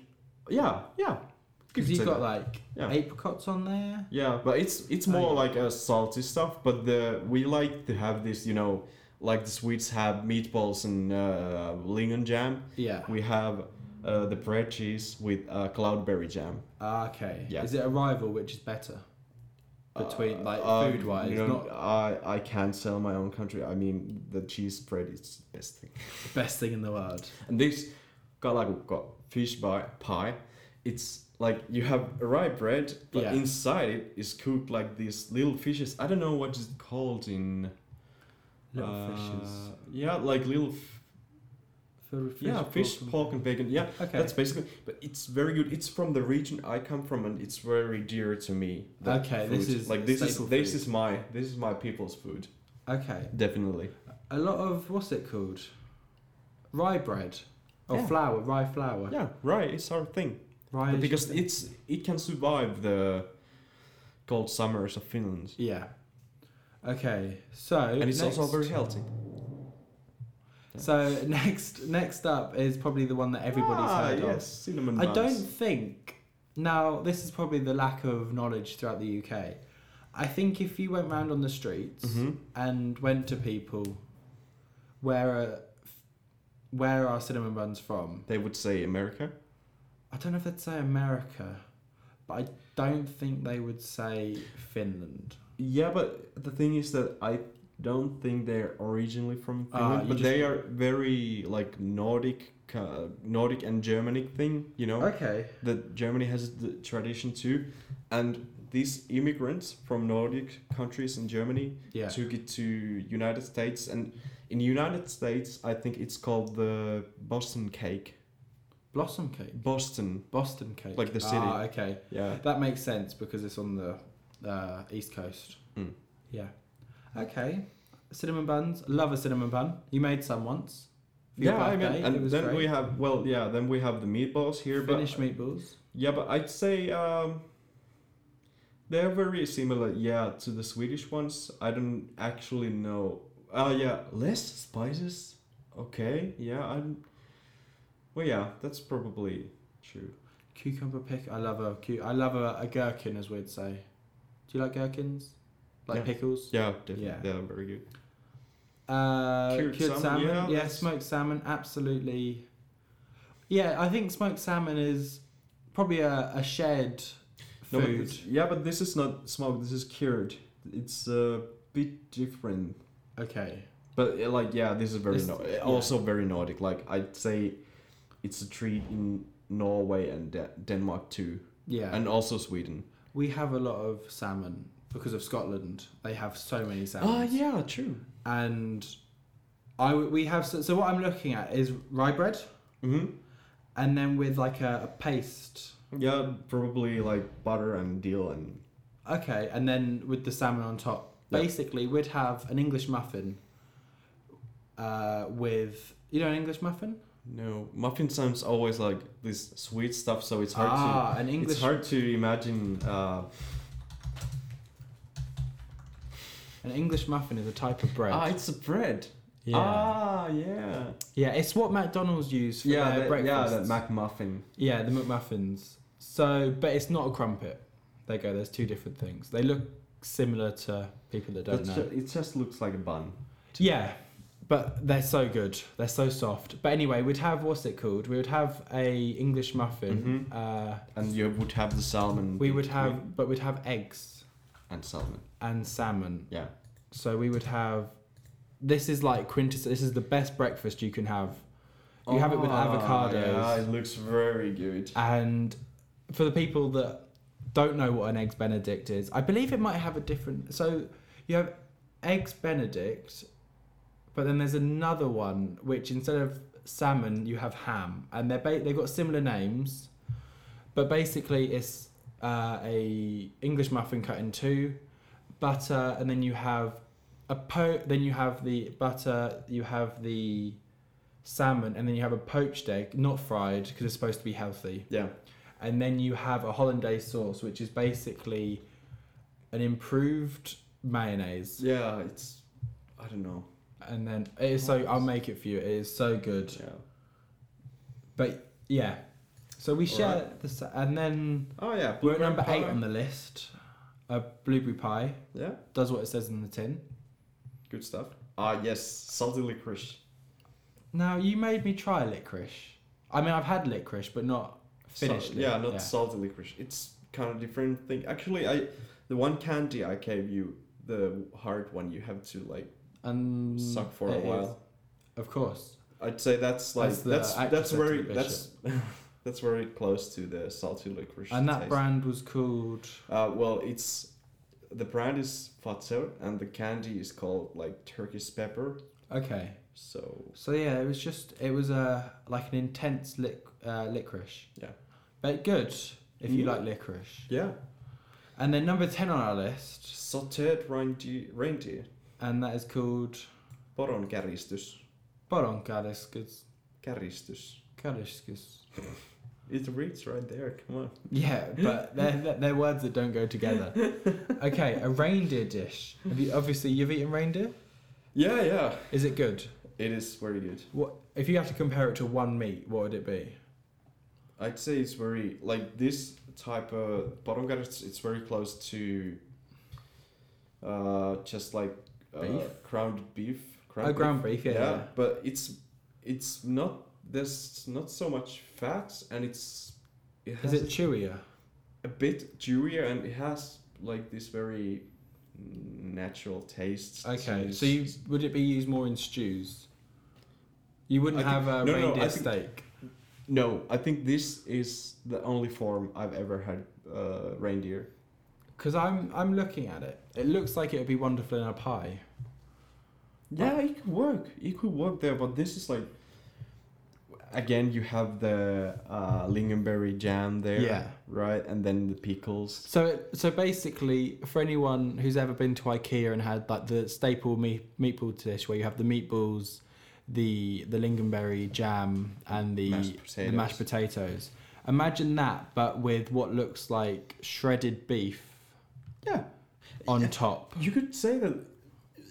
Speaker 2: in yeah yeah
Speaker 1: because
Speaker 2: could
Speaker 1: you've
Speaker 2: say
Speaker 1: got
Speaker 2: that.
Speaker 1: like
Speaker 2: Yeah.
Speaker 1: apricots on there.
Speaker 2: Yeah, but it's it's more like a salty stuff. But the we like to have this, you know, like the Swedes have meatballs and uh, lingon jam.
Speaker 1: Yeah.
Speaker 2: We have uh, the bread cheese with uh, cloudberry jam.
Speaker 1: Ah, okay.
Speaker 2: Yeah.
Speaker 1: Is it a rival which is better between like
Speaker 2: Uh,
Speaker 1: food wise?
Speaker 2: you know,
Speaker 1: not
Speaker 2: I I can't sell my own country. I mean, the cheese bread is the best thing.
Speaker 1: the best thing in the world.
Speaker 2: And this kalakukko fish pie, pie, it's like you have rye bread, but
Speaker 1: Yeah.
Speaker 2: inside it is cooked like these little fishes. I don't know what it's called in.
Speaker 1: Little
Speaker 2: uh,
Speaker 1: fishes.
Speaker 2: Yeah, like little. F-
Speaker 1: For fish
Speaker 2: yeah, fish,
Speaker 1: pork
Speaker 2: pork,
Speaker 1: and-
Speaker 2: and bacon. Yeah,
Speaker 1: Okay.
Speaker 2: that's basically. But it's very good. It's from the region I come from, and it's very dear to me. the
Speaker 1: Okay, this
Speaker 2: food.
Speaker 1: is
Speaker 2: like this is
Speaker 1: staple
Speaker 2: this
Speaker 1: food.
Speaker 2: is my this is my people's food.
Speaker 1: Okay.
Speaker 2: Definitely.
Speaker 1: A lot of what's it called? Rye bread. Or
Speaker 2: Yeah.
Speaker 1: flour, rye flour.
Speaker 2: Yeah, right. It's our thing.
Speaker 1: Rye
Speaker 2: But because it's it can survive the cold summers of Finland,
Speaker 1: Yeah. Okay. So
Speaker 2: and it's
Speaker 1: next,
Speaker 2: also very healthy.
Speaker 1: So next next up is probably the one that everybody's
Speaker 2: ah,
Speaker 1: heard
Speaker 2: yes, cinnamon
Speaker 1: of. I
Speaker 2: buns.
Speaker 1: don't think now this is probably the lack of knowledge throughout the UK. I think if you went round on the streets
Speaker 2: Mhm.
Speaker 1: and went to people where are, where are cinnamon buns from?
Speaker 2: They would say America.
Speaker 1: I don't know if they'd say America, but I don't think they would say Finland.
Speaker 2: Yeah, but the thing is that I don't think they're originally from
Speaker 1: Ah,
Speaker 2: Finland,
Speaker 1: you
Speaker 2: but
Speaker 1: just-
Speaker 2: they are very like Nordic, uh, Nordic and Germanic thing. You know
Speaker 1: Okay.
Speaker 2: that Germany has the tradition too, and these immigrants from Nordic countries in Germany
Speaker 1: Yeah.
Speaker 2: took it to United States, and in United States, I think it's called the Boston cake.
Speaker 1: Blossom cake.
Speaker 2: Boston,
Speaker 1: Boston cake.
Speaker 2: Like the city.
Speaker 1: Ah, okay.
Speaker 2: yeah.
Speaker 1: That makes sense because it's on the uh, East Coast.
Speaker 2: Mm.
Speaker 1: Yeah. Okay. Cinnamon buns. Love a cinnamon bun. You made some once. for your
Speaker 2: yeah, I mean,
Speaker 1: birthday. It
Speaker 2: and
Speaker 1: was
Speaker 2: then
Speaker 1: great.
Speaker 2: we have well, yeah, then we have the meatballs here, but
Speaker 1: Finnish meatballs.
Speaker 2: Yeah, but I'd say um, they're very similar, yeah, to the Swedish ones. I don't actually know. Oh, yeah, less spices? Okay, yeah, I'm. Well, yeah, that's probably true.
Speaker 1: Cucumber pick. I love a cu- I love a, a gherkin, as we'd say. Do you like gherkins? Like
Speaker 2: Yeah.
Speaker 1: pickles.
Speaker 2: Yeah, definitely.
Speaker 1: Yeah.
Speaker 2: They're very good.
Speaker 1: Uh,
Speaker 2: Cured
Speaker 1: cured,
Speaker 2: salmon,
Speaker 1: salmon,
Speaker 2: yeah,
Speaker 1: yeah,
Speaker 2: that's-
Speaker 1: smoked salmon, absolutely. Yeah, I think smoked salmon is probably a, a shared
Speaker 2: No, but
Speaker 1: food.
Speaker 2: it's- yeah, but this is not smoked, this is cured. It's a bit different.
Speaker 1: okay,
Speaker 2: But, uh, like, yeah, this is very.
Speaker 1: It's-
Speaker 2: Nor-
Speaker 1: yeah.
Speaker 2: Also, very Nordic. Like, I'd say it's a treat in Norway and De- Denmark too,
Speaker 1: yeah,
Speaker 2: and also Sweden.
Speaker 1: we have a lot of salmon because of Scotland. They have so many salmon.
Speaker 2: Oh yeah, true.
Speaker 1: and I w- we have so, so what I'm looking at is rye bread,
Speaker 2: Mm-hmm.
Speaker 1: and then with like a, a paste.
Speaker 2: Yeah, probably like butter and deal and
Speaker 1: Okay, and then with the salmon on top.
Speaker 2: Yeah.
Speaker 1: Basically, we'd have an English muffin uh, with you know an English muffin.
Speaker 2: no muffin sounds always like this sweet stuff, so it's hard
Speaker 1: ah, an
Speaker 2: to
Speaker 1: English.
Speaker 2: it's hard to imagine. Uh,
Speaker 1: An English muffin is a type of bread.
Speaker 2: ah, it's a bread.
Speaker 1: yeah.
Speaker 2: Ah, yeah.
Speaker 1: yeah, it's what McDonald's use for
Speaker 2: Yeah,
Speaker 1: their
Speaker 2: that,
Speaker 1: breakfast.
Speaker 2: yeah, that McMuffin.
Speaker 1: Yeah, the McMuffins. So, but it's not a crumpet. There you go. There's two different things. They look similar to people that don't
Speaker 2: That's
Speaker 1: know.
Speaker 2: ju- it just looks like a bun.
Speaker 1: Yeah, but they're so good. They're so soft. But anyway, we'd have what's it called? We would have a English muffin. Uh,
Speaker 2: And you would have the salmon.
Speaker 1: we would
Speaker 2: between-
Speaker 1: have, but we'd have eggs
Speaker 2: and salmon.
Speaker 1: and salmon.
Speaker 2: Yeah.
Speaker 1: So we would have. This is like quintus. This is the best breakfast you can have. You have it with
Speaker 2: Ah,
Speaker 1: avocados.
Speaker 2: Yeah, it looks very good.
Speaker 1: And for the people that don't know what an eggs benedict is, I believe it might have a different. So you have eggs benedict, but then there's another one which instead of salmon you have ham, and they're ba- they've got similar names, but basically it's uh, a English muffin cut in two, butter, and then you have a po. Then you have the butter. You have the salmon, and then you have a poached egg, not fried, because it's supposed to be healthy
Speaker 2: Yeah.
Speaker 1: and then you have a hollandaise sauce, which is basically an improved mayonnaise.
Speaker 2: Yeah, it's. I don't know.
Speaker 1: And then it is so I'll make it for you. It is so good,
Speaker 2: Yeah.
Speaker 1: but yeah. So we
Speaker 2: All
Speaker 1: share the sa- and then
Speaker 2: Oh yeah.
Speaker 1: we're at
Speaker 2: blueberry
Speaker 1: number eight
Speaker 2: pie.
Speaker 1: on the list. A blueberry pie
Speaker 2: Yeah.
Speaker 1: does what it says in the tin.
Speaker 2: Good stuff. Ah, yes, salty licorice.
Speaker 1: Now you made me try licorice. I mean, I've had licorice, but not finished.
Speaker 2: Sal- yeah, not
Speaker 1: yeah.
Speaker 2: salty licorice. It's kind of different thing. Actually, I the one candy I gave you, the hard one, you have to like
Speaker 1: and
Speaker 2: suck for a
Speaker 1: it is-
Speaker 2: while.
Speaker 1: Of course,
Speaker 2: I'd say that's like
Speaker 1: That's the
Speaker 2: that's
Speaker 1: actor
Speaker 2: that's
Speaker 1: said to
Speaker 2: very
Speaker 1: the
Speaker 2: that's that's very close to the salty licorice.
Speaker 1: and that
Speaker 2: taste.
Speaker 1: brand was called.
Speaker 2: Uh, well, it's the brand is Fatser, and the candy is called like Turkish pepper.
Speaker 1: Okay,
Speaker 2: So
Speaker 1: So yeah, it was just it was a like an intense lic uh, licorice.
Speaker 2: Yeah. Mm.
Speaker 1: but good if you
Speaker 2: Yeah.
Speaker 1: like licorice.
Speaker 2: yeah,
Speaker 1: And then number ten on our list,
Speaker 2: sauteed reindeer, reindeer,
Speaker 1: and that is called
Speaker 2: poron käristys,
Speaker 1: boronkariskus.
Speaker 2: käristys.
Speaker 1: Kariskus.
Speaker 2: It reads right there. Come on.
Speaker 1: Yeah, but they're, they're- they're words that don't go together. Okay, a reindeer dish. Have you obviously you've eaten reindeer?
Speaker 2: Yeah, yeah.
Speaker 1: Is it good?
Speaker 2: It is very good.
Speaker 1: What if you have to compare it to one meat? What would it be?
Speaker 2: I'd say it's very like this type of barungar. It's, it's very close to, uh, just like uh,
Speaker 1: Beef?
Speaker 2: ground beef.
Speaker 1: Oh, ground beef. Yeah, yeah.
Speaker 2: but it's it's not there's not so much fat and it's it
Speaker 1: Is
Speaker 2: has
Speaker 1: it chewier?
Speaker 2: a bit chewier and it has like this very natural taste. to
Speaker 1: Okay,
Speaker 2: this-
Speaker 1: so you, would it be used more in stews? You wouldn't
Speaker 2: I think-
Speaker 1: have a
Speaker 2: no, no, no,
Speaker 1: reindeer
Speaker 2: I think-
Speaker 1: steak.
Speaker 2: no, I think this is the only form I've ever had uh, reindeer.
Speaker 1: Because I'm I'm looking at it. It looks like it would be wonderful in a pie.
Speaker 2: Yeah, it could work. It could work there, but this is like. Again, you have the uh, lingonberry jam there,
Speaker 1: Yeah.
Speaker 2: right, and then the pickles.
Speaker 1: So it, so basically, for anyone who's ever been to IKEA and had like the staple meat, meatball dish where you have the meatballs, the the lingonberry jam, and the
Speaker 2: Mashed
Speaker 1: the mashed
Speaker 2: potatoes.
Speaker 1: potatoes. Imagine that, but with what looks like shredded beef
Speaker 2: Yeah,
Speaker 1: on
Speaker 2: Yeah.
Speaker 1: top.
Speaker 2: you could say that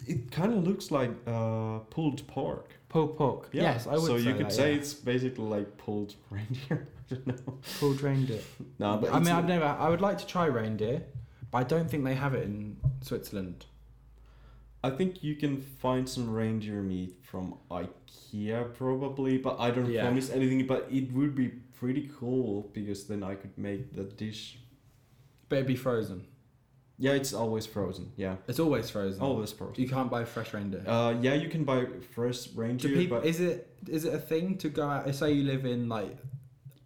Speaker 2: it kind of looks like uh, pulled pork.
Speaker 1: Pulled pork.
Speaker 2: Yeah.
Speaker 1: Yes, I would.
Speaker 2: So
Speaker 1: say
Speaker 2: you could
Speaker 1: that,
Speaker 2: say
Speaker 1: yeah.
Speaker 2: it's basically like pulled reindeer. I don't know.
Speaker 1: pulled reindeer.
Speaker 2: No, but
Speaker 1: I
Speaker 2: it's-
Speaker 1: mean, I've never. I would like to try reindeer, but I don't think they have it in Switzerland.
Speaker 2: I think you can find some reindeer meat from IKEA probably, but I don't
Speaker 1: Yeah.
Speaker 2: promise anything. But it would be pretty cool because then I could make the dish.
Speaker 1: But it'd be frozen.
Speaker 2: Yeah, it's always frozen. Yeah,
Speaker 1: It's always frozen.
Speaker 2: always Oh, frozen.
Speaker 1: you can't buy fresh reindeer.
Speaker 2: Uh, yeah, you can buy fresh
Speaker 1: Do
Speaker 2: reindeer,
Speaker 1: people,
Speaker 2: but
Speaker 1: is it is it a thing to go out? Say you live in like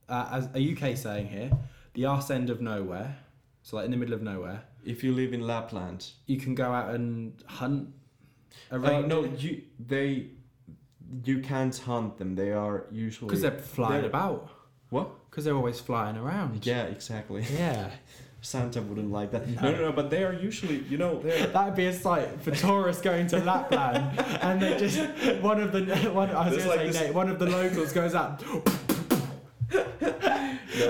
Speaker 1: uh, as a UK saying here, the arse end of nowhere, so like in the middle of nowhere,
Speaker 2: if you live in Lapland,
Speaker 1: you can go out and hunt a
Speaker 2: uh,
Speaker 1: reindeer.
Speaker 2: no, you they, you can't hunt them. They are usually
Speaker 1: because they're flying
Speaker 2: they're-
Speaker 1: about.
Speaker 2: What?
Speaker 1: Because they're always flying around.
Speaker 2: Yeah, exactly.
Speaker 1: Yeah.
Speaker 2: Santa wouldn't like that. No, no, no. But they are usually, you know, they're
Speaker 1: That'd be a sight for tourists going to Lapland, and they just one of the one. I was
Speaker 2: There's
Speaker 1: gonna
Speaker 2: like
Speaker 1: say
Speaker 2: this-
Speaker 1: Nate, one of the locals goes out.
Speaker 2: Yeah,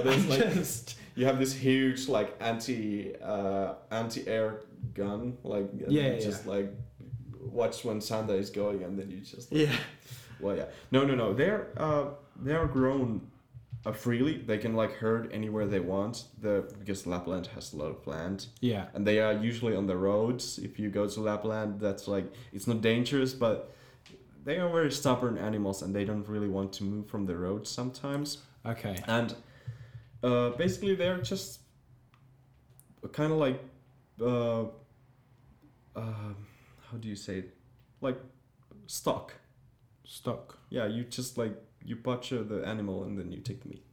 Speaker 2: there's like
Speaker 1: Just-
Speaker 2: you have this huge like anti uh, anti air gun, like and
Speaker 1: Yeah,
Speaker 2: you
Speaker 1: yeah,
Speaker 2: just like watch when Santa is going, and then you just
Speaker 1: Yeah.
Speaker 2: well yeah no no no they're uh, they are grown uh, freely. They can like herd anywhere they want. The because Lapland has a lot of land.
Speaker 1: Yeah.
Speaker 2: And they are usually on the roads. If you go to Lapland, that's like it's not dangerous, but they are very stubborn animals, and they don't really want to move from the roads sometimes
Speaker 1: Okay.
Speaker 2: and uh, basically they're just kind of like uh, uh, how do you say it like stock
Speaker 1: Stock.
Speaker 2: yeah you just like you butcher the animal and then you take the meat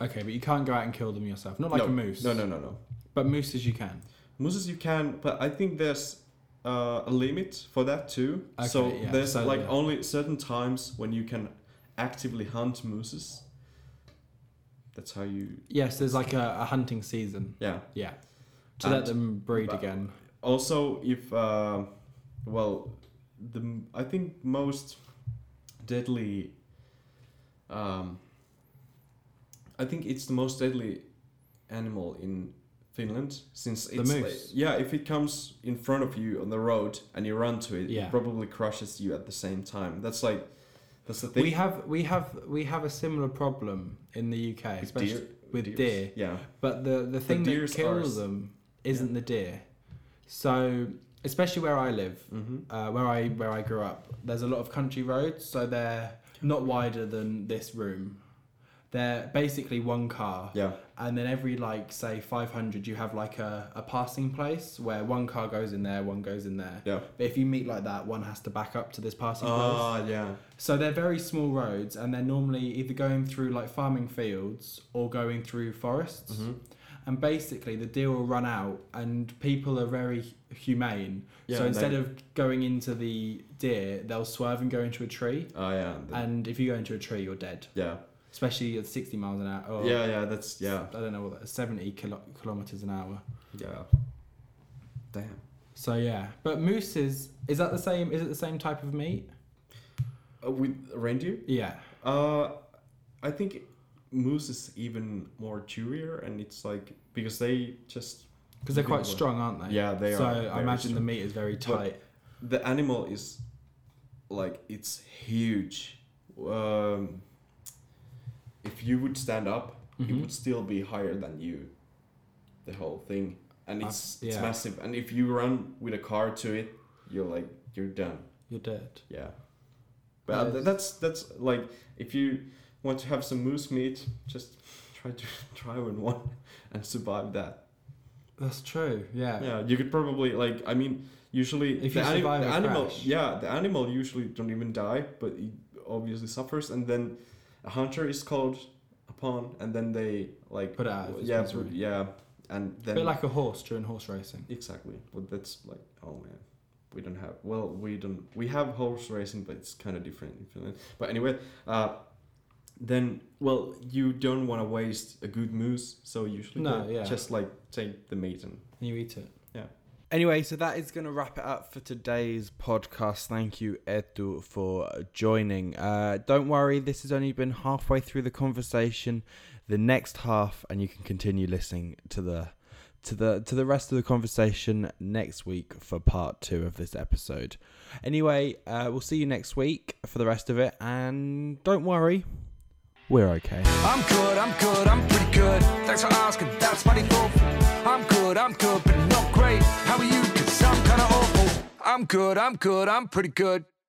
Speaker 1: Okay, but you can't go out and kill them yourself. Not like
Speaker 2: no,
Speaker 1: a moose.
Speaker 2: no no no no
Speaker 1: But mooses you can.
Speaker 2: mooses you can but i think there's uh, a limit for that too so
Speaker 1: Okay, yeah,
Speaker 2: there's
Speaker 1: so,
Speaker 2: like
Speaker 1: yeah.
Speaker 2: only certain times when you can actively hunt mooses that's how you
Speaker 1: Yes, there's like a, a hunting season.
Speaker 2: yeah
Speaker 1: Yeah. To
Speaker 2: And-
Speaker 1: let them breed
Speaker 2: but-
Speaker 1: again.
Speaker 2: also if uh, well the i think most deadly um, i think it's the most deadly animal in finland since it's like-
Speaker 1: moose.
Speaker 2: yeah if it comes in front of you on the road and you run to it
Speaker 1: Yeah.
Speaker 2: it probably crushes you at the same time that's like that's the thing
Speaker 1: We have we have we have a similar problem in the UK,
Speaker 2: with
Speaker 1: especially with
Speaker 2: deers.
Speaker 1: deer.
Speaker 2: yeah
Speaker 1: But the the thing that
Speaker 2: deers are
Speaker 1: kills
Speaker 2: s-
Speaker 1: them isn't the deer. So especially where I live,
Speaker 2: Mm-hmm.
Speaker 1: uh, where I where I grew up, there's a lot of country roads, so they're not wider than this room. They're basically one car.
Speaker 2: yeah
Speaker 1: and then every like say 500 you have like a, a passing place where one car goes in there one goes in there
Speaker 2: yeah
Speaker 1: but if you meet like that one has to back up to this passing place
Speaker 2: ah yeah
Speaker 1: so they're very small roads and they're normally either going through like farming fields or going through forests
Speaker 2: Mm-hmm.
Speaker 1: and basically the deer will run out and people are very humane
Speaker 2: Yeah,
Speaker 1: so
Speaker 2: they-
Speaker 1: instead of going into the deer they'll swerve and go into a tree
Speaker 2: oh yeah
Speaker 1: and if you go into a tree you're dead
Speaker 2: yeah
Speaker 1: especially at 60 miles an hour or
Speaker 2: yeah yeah that's yeah
Speaker 1: I don't know what that, 70 kilo- kilometers an hour.
Speaker 2: yeah damn
Speaker 1: So yeah, but moose is is that the same? Is it the same type of meat?
Speaker 2: Uh, with reindeer?
Speaker 1: Yeah.
Speaker 2: Uh, I think moose is even more chewier, and it's like because they just
Speaker 1: Because they're quite
Speaker 2: Well,
Speaker 1: strong, aren't they?
Speaker 2: yeah, they
Speaker 1: so
Speaker 2: are
Speaker 1: I
Speaker 2: very
Speaker 1: imagine the
Speaker 2: strong.
Speaker 1: meat is very
Speaker 2: But-
Speaker 1: tight.
Speaker 2: the animal is like it's huge. Um, if you would stand up, it
Speaker 1: Mhm.
Speaker 2: would still be higher than you. The whole thing, and
Speaker 1: Uh,
Speaker 2: it's it's
Speaker 1: yeah.
Speaker 2: massive. And if you run with a car to it, you're like you're done.
Speaker 1: You're dead.
Speaker 2: Yeah. But uh,
Speaker 1: Yes.
Speaker 2: th- that's that's like if you want to have some moose meat, just try to try one one and survive that.
Speaker 1: That's true. Yeah.
Speaker 2: Yeah, you could probably like I mean usually
Speaker 1: Uh, If you survive a
Speaker 2: animal
Speaker 1: crash.
Speaker 2: yeah the animal usually don't even die but it obviously suffers and then a hunter is called upon and then they like
Speaker 1: Put it out of its
Speaker 2: yeah
Speaker 1: misery.
Speaker 2: yeah and
Speaker 4: A
Speaker 2: then
Speaker 4: bit like a horse during horse racing.
Speaker 2: exactly. But that's like oh man, we don't have well we don't we have horse racing, but it's kind of different in Finland. But anyway, uh, then well you don't want to waste a good moose, so usually
Speaker 4: No,
Speaker 2: they
Speaker 4: yeah.
Speaker 2: just like take the meat and
Speaker 4: And you eat it.
Speaker 1: Anyway, so that is going to wrap it up for today's podcast. Thank you, Edu, for joining. Uh, don't worry, this has only been halfway through the conversation. The next half, and you can continue listening to the to the to the rest of the conversation next week for part two of this episode. Anyway, uh, we'll see you next week for the rest of it, and don't worry, we're okay.
Speaker 3: I'm good, I'm good, I'm pretty good. Thanks for asking, that's mighty thoughtful. I'm good, I'm good, but not great. How are you? Cause I'm kinda awful. I'm good, I'm good, I'm pretty good.